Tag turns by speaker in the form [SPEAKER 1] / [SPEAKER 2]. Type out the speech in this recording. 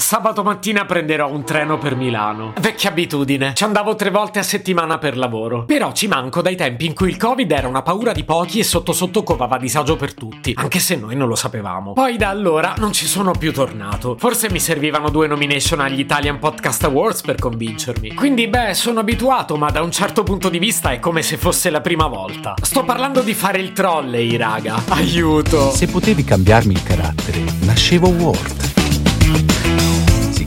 [SPEAKER 1] Sabato mattina prenderò un treno per Milano. Vecchia abitudine. Ci andavo tre volte a settimana per lavoro. Però ci manco dai tempi in cui il Covid era una paura di pochi e sotto sotto covava disagio per tutti, anche se noi non lo sapevamo. Poi da allora non ci sono più tornato. Forse mi servivano due nomination agli Italian Podcast Awards per convincermi. Quindi beh, sono abituato, ma da un certo punto di vista è come se fosse la prima volta. Sto parlando di fare il trolley, raga. Aiuto.
[SPEAKER 2] Se potevi cambiarmi il carattere, nascevo Ward. Si